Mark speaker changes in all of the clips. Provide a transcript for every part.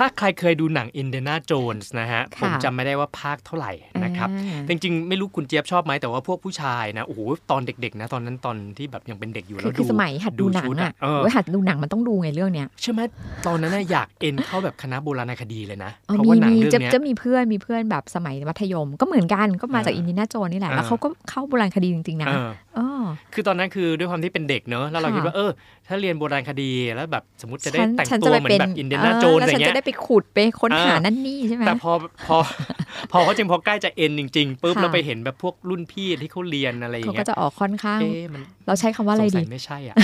Speaker 1: ถ้าใครเคยดูหนัง Indiana Jones นะฮะ
Speaker 2: ค่ะ
Speaker 1: ผมจำไม่ได้ว่าภาคเท่าไหร่นะครับ
Speaker 2: อ่า
Speaker 1: จริงๆ ไม่รู้คุณเจี๊ยบชอบไหมแต่ว่าพวกผู้ชายนะ โอ้โห ตอนเด็กๆ นะ ตอนนั้นตอนที่แบบยังเป็นเด็กอยู่
Speaker 2: คื
Speaker 1: แล้
Speaker 2: อ
Speaker 1: ว
Speaker 2: คือสมัยหัดดูหนัง
Speaker 1: ชุ
Speaker 2: อ่ะ
Speaker 1: เออ
Speaker 2: เว้ยหัดดูหนังมันต้องดูไงเรื่องเนี้ย
Speaker 1: ใช่ไหมตอนนั้นน่ะอยากเอ็นเข้าแบบคณะโบราณคดีเลยนะ
Speaker 2: เออ
Speaker 1: เพราะ
Speaker 2: มี
Speaker 1: ว่าหนัง
Speaker 2: มี
Speaker 1: เรื่อ
Speaker 2: จะ
Speaker 1: งเนี้ย
Speaker 2: จะมีเพื่อนมีเพื่อนแบบสมัยมัธยม ก็เหมือนกันก็มาจาก
Speaker 1: อ่า
Speaker 2: อินเดียนาโจนนี่แหละ
Speaker 1: อ่า
Speaker 2: แล้วเขาก็เข้าโบราณคดีจริงๆนะ
Speaker 1: เออ
Speaker 2: เออ
Speaker 1: คือตอนนั้นคือด้วยความที่เป็นเด็กเนอะแล้วเรา
Speaker 2: ค่ะ
Speaker 1: คิดว่าเออ ถ้าเรียนโบราณคดีแล้วแบบสมมติจะได้
Speaker 2: ฉัน
Speaker 1: แต่ง
Speaker 2: ฉัน
Speaker 1: ตั
Speaker 2: จะ
Speaker 1: ว
Speaker 2: ไป
Speaker 1: เหมือ
Speaker 2: เป็น
Speaker 1: นแบบอินเดียนาโจน
Speaker 2: แล้
Speaker 1: อะ
Speaker 2: ว
Speaker 1: ไร
Speaker 2: ฉัน
Speaker 1: เงี้
Speaker 2: จะ
Speaker 1: ย
Speaker 2: ได้ไปขุดไปค้นหา
Speaker 1: อ่านั่
Speaker 2: นั่นนี่ใช่ไหม
Speaker 1: แต่พอพอ พอเขาจึงพอใกล้จะเอ็นจริงๆปุ๊บ
Speaker 2: ค่ะ
Speaker 1: เราไปเห็นแบบพวกรุ่นพี่ที่เขาเรียนอะไรอย่า
Speaker 2: เขา
Speaker 1: ง
Speaker 2: ก็
Speaker 1: เงี้ย
Speaker 2: จะออกค่อนข้าง
Speaker 1: เอ๊ะมัน
Speaker 2: เราใช้คำว่าอะไร
Speaker 1: สง
Speaker 2: ดี
Speaker 1: สัยไม่ใช่อ่ะ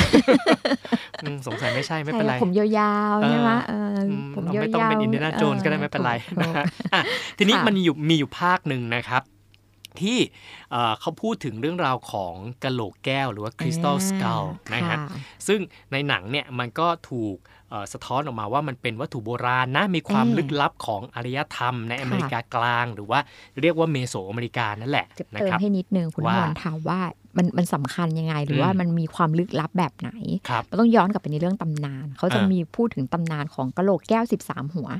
Speaker 1: อืมสงสัยไม่ใช่ไม่
Speaker 2: ใช่
Speaker 1: เป็นไร
Speaker 2: ผมยาวๆใช่ไหมเออ
Speaker 1: อืม
Speaker 2: ผม
Speaker 1: เรา
Speaker 2: ยาว
Speaker 1: ไม่
Speaker 2: ๆ
Speaker 1: ต้องเป็นอินเดียนาโจนก็ได้ไม่เป็นไร
Speaker 2: ถูก
Speaker 1: นะ
Speaker 2: ถูก
Speaker 1: ฮะอ่ะทีนี้
Speaker 2: ค่ะ
Speaker 1: มันอยู่มีอยู่ภาคหนึ่งนะครับ ที่เอ่อเขาพูดถึงเรื่องราวของกะโหลกแก้วหรือว่าคริสตัลสก l ล
Speaker 2: า
Speaker 1: นะฮะ
Speaker 2: ค่
Speaker 1: ซึ่งในหนังเนี่ยมันก็ถูกเอ่อสะท้อนออกมาว่ามันเป็นวัตถุโบราณนะ มีความ
Speaker 2: อืม
Speaker 1: ลึกลับของอารยธรรมใน
Speaker 2: ค่ะ
Speaker 1: อเมริกากลาง หรือว่าเรียกว่าเมโสอเมริกานั่นแหละ
Speaker 2: จะ
Speaker 1: นะ
Speaker 2: เติ
Speaker 1: ค
Speaker 2: ม
Speaker 1: รับ
Speaker 2: ให้นิดนึงคุณ
Speaker 1: ว่า
Speaker 2: พรถามว่ามันมันสำคัญยังไง หรือว่า
Speaker 1: อืม
Speaker 2: มันมีความลึกลับแบบไหน
Speaker 1: ครับ
Speaker 2: มันต้องย้อนกลับไปในเรื่องตำนาน เขาจะ
Speaker 1: อ่ามี
Speaker 2: มีพูดถึงตำนานของกะโหลกแก้ว 13 หัว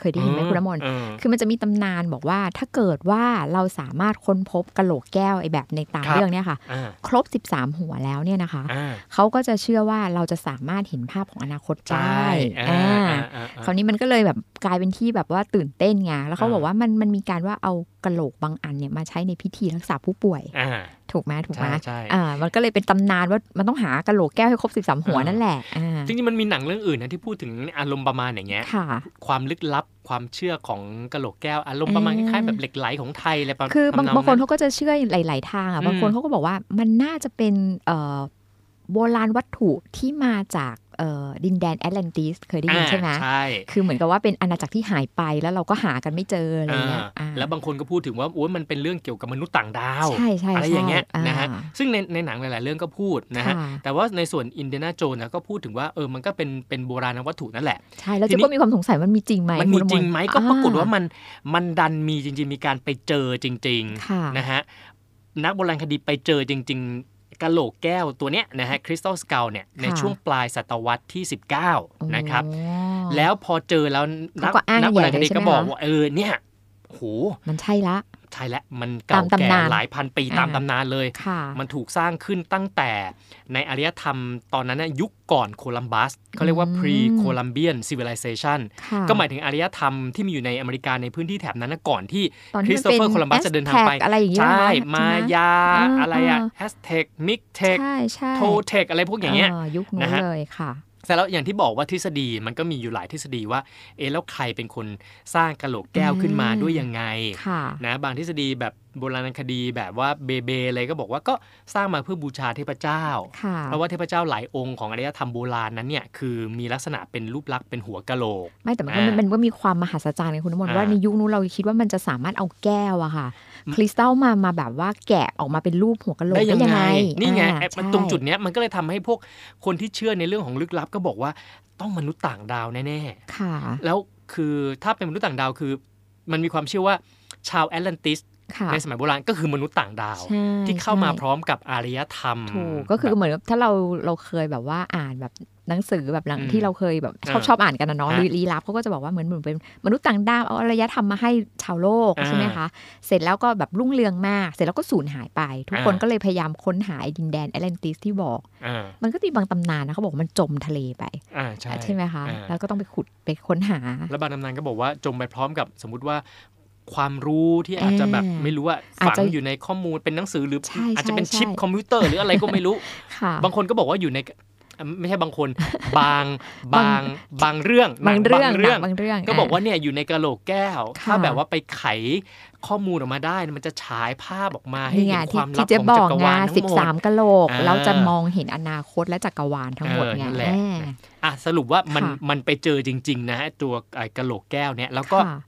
Speaker 2: เคยได้ยินไหมคุณอมนต์
Speaker 1: เออ
Speaker 2: คือมันจะมีตำนานบอกว่าถ้าเกิดว่าเราสามารถค้นพบกะโหลกแก้วไอ้แบบในตาม
Speaker 1: ครับ
Speaker 2: เรื่องเนี่ยค่ะ
Speaker 1: อ่า
Speaker 2: ครบ 13 หัวแล้วเนี่ยนะคะ
Speaker 1: อ่า
Speaker 2: เขาก็จะเชื่อว่าเราจะสามารถเห็นภาพของอนาคต
Speaker 1: ใช่
Speaker 2: ได้
Speaker 1: อ่า
Speaker 2: อ่า
Speaker 1: อ่าอ่าอ่า
Speaker 2: คราวนี้มันก็เลยแบบกลายเป็นที่แบบว่าตื่นเต้นไงแล้วเขา
Speaker 1: อ่า
Speaker 2: บอกว่ามันมันมีการว่าเอากะโหลกบางอันเนี่ยมาใช้ในพิธีรักษาผู้ป่วย
Speaker 1: อ่า
Speaker 2: ถูกไหมถูกไหม
Speaker 1: ใช่ใช่
Speaker 2: อ่า มันก็เลยเป็นตำนานว่ามันต้องหากะโหลกแก้วให้ครบสิบสามหัว
Speaker 1: อ่านั่
Speaker 2: นั่นแหละอ่า
Speaker 1: จริงๆมันมีหนังเรื่องอื่นนะที่พูดถึงอารมณ์ประมาณอย่างเงี้ย
Speaker 2: ค่ะ
Speaker 1: ความลึกลับความเชื่อของกะโหลกแก้ว อารมณ์ประมาณค
Speaker 2: อ่า
Speaker 1: ล้ายๆแบบเหล็กไหลของไทยอะไรประมาณ
Speaker 2: คือบาง
Speaker 1: ทำอง
Speaker 2: บางคน
Speaker 1: นั้น
Speaker 2: เขาก็จะเชื่อหลาย ๆ ทางอ่ะ
Speaker 1: อืม
Speaker 2: บางคนเขาก็บอกว่ามันน่าจะเป็นเอ่อโบราณวัตถุที่มาจากเอ่อดินแดนแอตแลนติสเคยได้ยิน
Speaker 1: อ่า
Speaker 2: ใช่ไหม
Speaker 1: ใช่
Speaker 2: คือเหมือนกับว่าเป็นอาณาจักรที่หายไปแล้วเราก็หากันไม่เจออะไรเงี้ย
Speaker 1: อ่า
Speaker 2: อ่า
Speaker 1: แล้วบางคนก็พูดถึงว่าโอ้ยมันเป็นเรื่องเกี่ยวกับมนุษย์ต่างดาว
Speaker 2: ใช่ใช่
Speaker 1: อะไรอย่างเงี้ย
Speaker 2: ใช่
Speaker 1: นะฮะ
Speaker 2: อ่า
Speaker 1: ซึ่งในในหนังหลาย ๆ เรื่องก็พูดนะฮะ
Speaker 2: ค่
Speaker 1: แต่ว่าในส่วนอินเดียนาโจนก็พูดถึงว่าเออมันก็เป็นเป็นโบราณวัตถุนั่นแหละ
Speaker 2: ใช่แล้ว
Speaker 1: ที
Speaker 2: เจะ
Speaker 1: นี้
Speaker 2: ก็มีความสงสัยมันมีจริงไหม
Speaker 1: มันมี
Speaker 2: คุณอ
Speaker 1: จริงไหมก็
Speaker 2: อ่
Speaker 1: ปรากฏว่ามันมันดันมีจริง ๆ มีการไปเจอจริง ๆ
Speaker 2: ค่ะ
Speaker 1: นะฮะนักโบราณคดีไปเจอจริง ๆกะโหลกแก้วตัวเนี้ยนะฮะคริสตัลสก l เนี่ยใน
Speaker 2: ค่ะ
Speaker 1: ช่วงปลายศตวรรษที่ 19 นะครับ
Speaker 2: โอ้
Speaker 1: แล้วพอเจอแล้วนั
Speaker 2: เขาก็อ้าง
Speaker 1: นัโบราณคดี
Speaker 2: ใหญ่เลยใช่ไหม
Speaker 1: ก็บอก
Speaker 2: คะ
Speaker 1: ว่า เออเนี่ยโห
Speaker 2: มันใช่ละ
Speaker 1: ใช่แล้วมันเก่า
Speaker 2: ตาม
Speaker 1: แก่
Speaker 2: ตำนาน
Speaker 1: หลายพันปี
Speaker 2: อ่า
Speaker 1: ตามตำนานเลย
Speaker 2: ค่ะ
Speaker 1: มันถูกสร้างขึ้นตั้งแต่ในอารยธรรมตอนนั้นนะยุคก่อนโคลัมบัสเขาเรียกว่า
Speaker 2: อืม
Speaker 1: pre Columbian civilization
Speaker 2: ค่ะ
Speaker 1: ก็หมายถึงอารยธรรมที่มีอยู่ในอเมริกาในพื้นที่แถบนั้นนะก่อนที่
Speaker 2: ตอนที่มันเป็น
Speaker 1: Christopher Columbus จะเดินทางไป
Speaker 2: Aztec อะไรอย่างเงี้ย
Speaker 1: ใช่
Speaker 2: ไห
Speaker 1: มายา
Speaker 2: อ่า
Speaker 1: อะไรอะ
Speaker 2: อ่า
Speaker 1: แอสเทกมิกเทก
Speaker 2: ใช่ใช่
Speaker 1: โทเทกอะไรพวกอย่างเงี้ย
Speaker 2: ยุคนู้
Speaker 1: นะ
Speaker 2: น
Speaker 1: ฮะ
Speaker 2: เลยค่ะ
Speaker 1: แต่แล้วอย่างที่บอกว่าทฤษฎีมันก็มีอยู่หลายทฤษฎีว่า เอะแล้วใครเป็นคนสร้างกะโหลกแก้วขึ้นมา
Speaker 2: อืม
Speaker 1: ด้วยยังไง
Speaker 2: ค่ะ
Speaker 1: นะบางทฤษฎีแบบโบราณคดีแบบว่าเบเบอะไรก็บอกว่าก็สร้างมาเพื่อบูชาเทพเจ้า
Speaker 2: ค่ะ
Speaker 1: เพราะว่าเทพเจ้าหลายองค์ของอารยธรรมโบราณนั้นเนี่ยคือมีลักษณะเป็นรูปลักษณ์เป็นหัวกะโหลก
Speaker 2: ไม่แต่มันก็
Speaker 1: อ่ามั
Speaker 2: มันก็มีความมหัศจรรย์ไงคุณน้ำมนต์
Speaker 1: อ่า
Speaker 2: ว่าในยุคนู้นเราคิดว่ามันจะสามารถเอาแก้วอะค่ะ
Speaker 1: อืม
Speaker 2: คริสตัลมามาแบบว่าแกะออกมาเป็นรูปหัวกะโหลก
Speaker 1: ได้ยังไง นี่ไง
Speaker 2: อ่า
Speaker 1: ไอ้มัน
Speaker 2: ใช่
Speaker 1: ตรงจุดเนี้ยมันก็เลยทำให้พวกคนที่เชื่อในเรื่องของลึกลับก็บอกว่าต้องมนุษย์ต่างดาวแน่
Speaker 2: ค่ะ
Speaker 1: ๆ แล้วคือถ้าเป็นมนุษย์ต่างดาวคือ มันมีความเชื่อว่าชาวแอตแลนติส
Speaker 2: ค่ะ
Speaker 1: ในสมัยโบราณก็คือมนุษย์ต่างดาว
Speaker 2: ใช่
Speaker 1: ที่เข้ามา
Speaker 2: ใช่
Speaker 1: พร้อมกับอารยธรรม
Speaker 2: ถูกก็คือ
Speaker 1: แบบ
Speaker 2: เหมือนกับถ้าเราเราเคยแบบว่าอ่านแบบหนังสือแบบหนัง
Speaker 1: อืม
Speaker 2: ที่เราเคยแบบชอบ
Speaker 1: อ่า
Speaker 2: ชอบอ่านกันนะเนาะ
Speaker 1: ฮะ
Speaker 2: ลีลีลับเขาก็จะบอกว่าเหมือนเหมือนเป็นมนุษย์ต่างดาวเอาอารยธรรมมาให้ชาวโลก
Speaker 1: อ่า
Speaker 2: ใช่ไหมคะเสร็จแล้วก็แบบรุ่งเรืองมาก เสร็จแล้วก็สูญหายไป ทุกคน
Speaker 1: อ่า
Speaker 2: ก็เลยพยายามค้นหาไอ้ดินแดนแอตแลนติสที่บอก
Speaker 1: อ่า
Speaker 2: มันก็มีบางตำนานนะเขาบอกว่ามันจมทะเลไป
Speaker 1: อ่าใช่
Speaker 2: ใช่ไหมคะ
Speaker 1: อ่า
Speaker 2: แล้วก็ต้องไปขุดไปค้นหา
Speaker 1: แล้วบางตำนานก็บอกว่าจมไปพร้อมกับสมมติว่า ความรู้ที่อาจจะแบบ
Speaker 2: อ่า
Speaker 1: ไม่รู้ว่า
Speaker 2: อาจ
Speaker 1: ฝัง
Speaker 2: จะ
Speaker 1: อยู่ในข้อมูลเป็นหนังสือหรือ
Speaker 2: ใช่
Speaker 1: อาจจะเป็น
Speaker 2: ใช่
Speaker 1: ชิป
Speaker 2: ใช่
Speaker 1: คอมพิวเตอร์หรืออะไรก็ไม่รู้
Speaker 2: ค่ะ
Speaker 1: บางคนก็บอกว่าอยู่ในอ่ะไม่ใช่บางคน บางบางบางเรื่อง
Speaker 2: บาง
Speaker 1: หนั
Speaker 2: เรื่อง
Speaker 1: บาง
Speaker 2: ห
Speaker 1: เรื่
Speaker 2: นั
Speaker 1: อง
Speaker 2: งบางเรื่อง
Speaker 1: ก็บอก
Speaker 2: ะ
Speaker 1: ว่าเนี่ยอยู่ในกะโหลกแก้ว
Speaker 2: ค่ะ
Speaker 1: ถ้าแบบว่าไปไขข้อมูลออกมาได้ มันจะฉายภาพออกมาให้
Speaker 2: นี่
Speaker 1: เห็
Speaker 2: ไง
Speaker 1: นค
Speaker 2: ที่
Speaker 1: วามลั
Speaker 2: ที่
Speaker 1: บข
Speaker 2: เจะ
Speaker 1: อง
Speaker 2: บ
Speaker 1: จั
Speaker 2: อก
Speaker 1: กร
Speaker 2: ไง
Speaker 1: วาลทั้
Speaker 2: สิ
Speaker 1: ง
Speaker 2: บ
Speaker 1: หม
Speaker 2: สา
Speaker 1: ด
Speaker 2: มกะโหลก
Speaker 1: อ่า
Speaker 2: เราจะมองเห็นอนาคตและจักรวาลทั้งหมดไง
Speaker 1: เออนั่นแหละ
Speaker 2: แม่
Speaker 1: อ่ะสรุปว่ามัน
Speaker 2: ค่ะ
Speaker 1: มันไปเจอจริง ๆ นะฮะตัวไอ้กะโหลกแก้วเนี่ยแล้วก็
Speaker 2: ค่ะ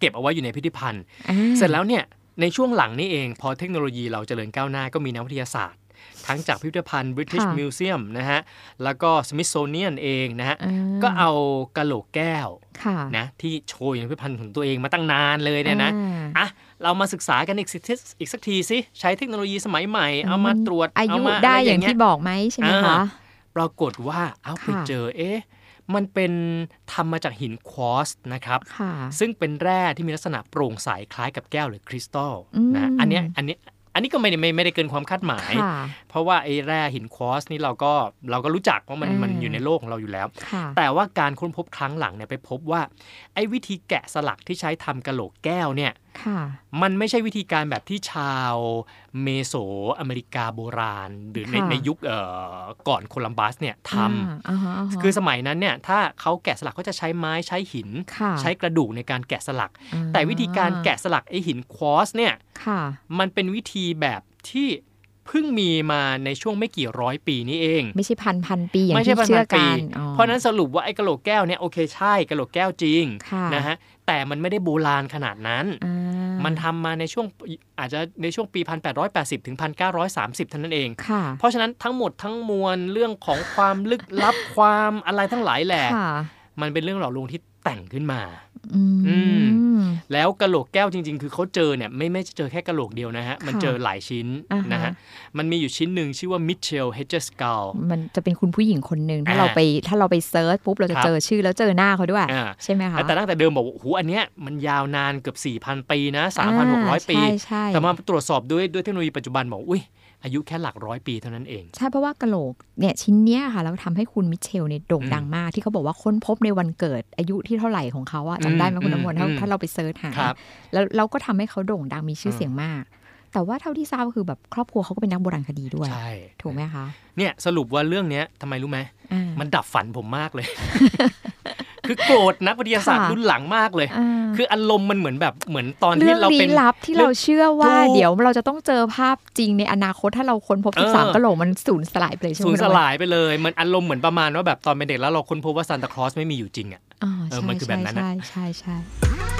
Speaker 1: เก็บเอาไว้อยู่ในพิพิธภัณฑ์
Speaker 2: อ่า
Speaker 1: เสร็จแล้วเนี่ยในช่วงหลังนี่เองพอเทคโนโลยีเราเจริญก้าวหน้าก็มีนักวิทยาศาสตร์ ทั้งจากพิพิธภัณฑ์ British
Speaker 2: ค่ะ
Speaker 1: Museum นะฮะ แล้วก็ Smithsonian เองนะฮะ
Speaker 2: อ่
Speaker 1: ก็เอากะโหลกแก้ว
Speaker 2: ค่ะ
Speaker 1: นะที่โชว์อยู่ในพิพิธภัณฑ์ของตัวเองมาตั้งนานเลยเนี่ยนะ
Speaker 2: อ่า
Speaker 1: อ่ะ เรามาศึกษากันอีกสิอีกสักทีสิ ใช้เทคโนโลยีสมัยใหม่ เอามาตรวจ
Speaker 2: อายุ
Speaker 1: เมะร
Speaker 2: ได้อย่าง
Speaker 1: เ
Speaker 2: ที่บอกไหมใช่ไหม
Speaker 1: อ่า
Speaker 2: คะ
Speaker 1: ปรากฏว่าเอาไป
Speaker 2: ค่ะ
Speaker 1: เจอ เอ๊ะ มันเป็นทำมาจากหินควอตซ์นะครับ
Speaker 2: ค่ะ
Speaker 1: ซึ่งเป็นแร่ที่มีลักษณะโปร่งใสคล้ายกับแก้วหรือคริสตัล
Speaker 2: อืม
Speaker 1: นะอันเนี้ยอันเนี้ยอันนี้ก็ไม่ได้ไม่ไม่ได้เกินความคาดหมาย
Speaker 2: ค่ะ
Speaker 1: เพราะว่าไอ้แร่หินควอตซ์นี่เราก็เราก็รู้จักว่ามัน
Speaker 2: อ่ามั
Speaker 1: มันอยู่ในโลกของเราอยู่แล้ว
Speaker 2: ค่ะ
Speaker 1: แต่ว่าการค้นพบครั้งหลังเนี่ยไปพบว่าไอ้วิธีแกะสลักที่ใช้ทำกะโหลกแก้วเนี่ย
Speaker 2: ค่ะ
Speaker 1: มันไม่ใช่วิธีการแบบที่ชาวเมโสอเมริกาโบราณ หรือใน
Speaker 2: ค่ะ
Speaker 1: ในยุคเอ่อก่อนโคลัมบัสเนี่ยท
Speaker 2: อ่าาฮะาฮะ
Speaker 1: ำคือสมัยนั้นเนี่ยถ้าเขาแกะสลักเขาจะใช้ไม้ใช้หิน
Speaker 2: ค่ะ
Speaker 1: ใช้กระดูกในการแกะสลัก
Speaker 2: อ่า
Speaker 1: แต่วิธีการแกะสลักไอหินควอตซ์เนี่ย
Speaker 2: ค่ะ
Speaker 1: มันเป็นวิธีแบบที่เพิ่งมีมาในช่วงไม่กี่ร้อยปีนี้เอง
Speaker 2: ไม่ใช่พันพันปีอย่าง
Speaker 1: ไม่ใช่
Speaker 2: ที่
Speaker 1: พัน
Speaker 2: เชื่
Speaker 1: พั
Speaker 2: อน กั
Speaker 1: ปี
Speaker 2: นอ๋อ
Speaker 1: เพราะฉะนั้นสรุปว่าไอ้กะโหลกแก้วเนี่ยโอเคใช่กะโหลกแก้วจริง
Speaker 2: ค่ะ
Speaker 1: นะฮะแต่มันไม่ได้โบราณขนาดนั้น
Speaker 2: อ่า
Speaker 1: มันทำมาในช่วงอาจจะในช่วงปี 1880 ถึง 1930 เท่านั้นเอง
Speaker 2: ค่ะ
Speaker 1: เพราะฉะนั้นทั้งหมดทั้งมวลเรื่องของความลึกลับ ความอะไรทั้งหลายแหละ
Speaker 2: ค่ะ
Speaker 1: มันเป็นเรื่องหล่อลวงที่แต่งขึ้นมา
Speaker 2: อื
Speaker 1: อื
Speaker 2: ม
Speaker 1: แล้วกะโหลกแก้วจริง ๆ คือเขาเจอเนี่ยไม่ไม่เจอแค่กะโหลกเดียวนะฮะ มัน
Speaker 2: ค่ะ
Speaker 1: เจอหลายชิ้น
Speaker 2: อ่าฮะ
Speaker 1: นะฮะ มันมีอยู่ชิ้นหนึ่งชื่อว่ามิเชลเฮเจสกาล
Speaker 2: มันจะเป็นคุณผู้หญิงคนหนึ่งถ้า
Speaker 1: อ่า
Speaker 2: เราไปถ้าเราไปเซิร์ชปุ๊บเราจะ
Speaker 1: ครับ
Speaker 2: เจอชื่อแล้วเจอหน้าเขาด้วย
Speaker 1: อ่า
Speaker 2: ใช่ไหมคะ
Speaker 1: แต่ตั้งแต่เดิมบอกว่าโอ้โหอันเนี้ยมันยาวนานเกือบ 4,000 ปีนะ 3,600 ปี
Speaker 2: ใช่ใช่
Speaker 1: แต่มาตรวจสอบด้วยด้วยเทคโนโลยีปัจจุบันบอกอุ้ยอายุแค่หลักร้อยปีเท่านั้นเอง
Speaker 2: ใช่เพราะว่ากะโหลกเนี่ยชิ้นเนี้ยค่ะแล้วทำให้คุณมิเชลเนี่ยโด่ง
Speaker 1: อืม
Speaker 2: ดังมากที่เขาบอกว่าค้นพบในวันเกิดอายุที่เท่าไหร่ของเขาอะ
Speaker 1: อืม
Speaker 2: จำได้ไหมคุณ
Speaker 1: อืม
Speaker 2: น้ำมนต์ถ้า
Speaker 1: อืม
Speaker 2: ถ้าเราไปเซิร์ชหา
Speaker 1: ครับ
Speaker 2: แล้วเราก็ทำให้เขาโด่งดังมีชื่อ
Speaker 1: ม
Speaker 2: เสียงมาก แต่ว่าเท่าที่ทราบก็คือแบบครอบครัวเขาก็เป็นนักโบราณคดีด้วย
Speaker 1: ใช่
Speaker 2: ถูกไหมคะ
Speaker 1: เนี่ยสรุปว่าเรื่องเนี้ยทำไมรู้ไหม
Speaker 2: อ่า
Speaker 1: มันดับฝันผมมาก เลย คือโกรธนักวิทยาศาสตร์
Speaker 2: ค่ะ
Speaker 1: รุ่นหลังมากเลย
Speaker 2: อ่า
Speaker 1: คืออารมณ์มันเหมือนแบบเหมือนตอน
Speaker 2: เรื่
Speaker 1: ที่
Speaker 2: อง
Speaker 1: เรา
Speaker 2: ลี้
Speaker 1: เป็น
Speaker 2: ลับที่เราเชื่อว่า
Speaker 1: ถูก
Speaker 2: เดี๋ยวเราจะต้องเจอภาพจริงในอนาคตถ้าเราค้นพบ
Speaker 1: เออ
Speaker 2: สิบสามกะโหลกมันสูญสลายไปเลยใช่ไหม
Speaker 1: สูญ
Speaker 2: คุณ
Speaker 1: ส
Speaker 2: น้ำมนต์
Speaker 1: ลายไปเลย มันอารมณ์เหมือนประมาณว่าแบบตอนเป็นเด็กแล้วเราค้นพบว่าซานตาคลอสไม่มีอยู่จริงอะ
Speaker 2: อ๋อ
Speaker 1: เออ
Speaker 2: ใช่
Speaker 1: มันคือแบบนั้นอะ
Speaker 2: ใช่ใช่ใช่ใช่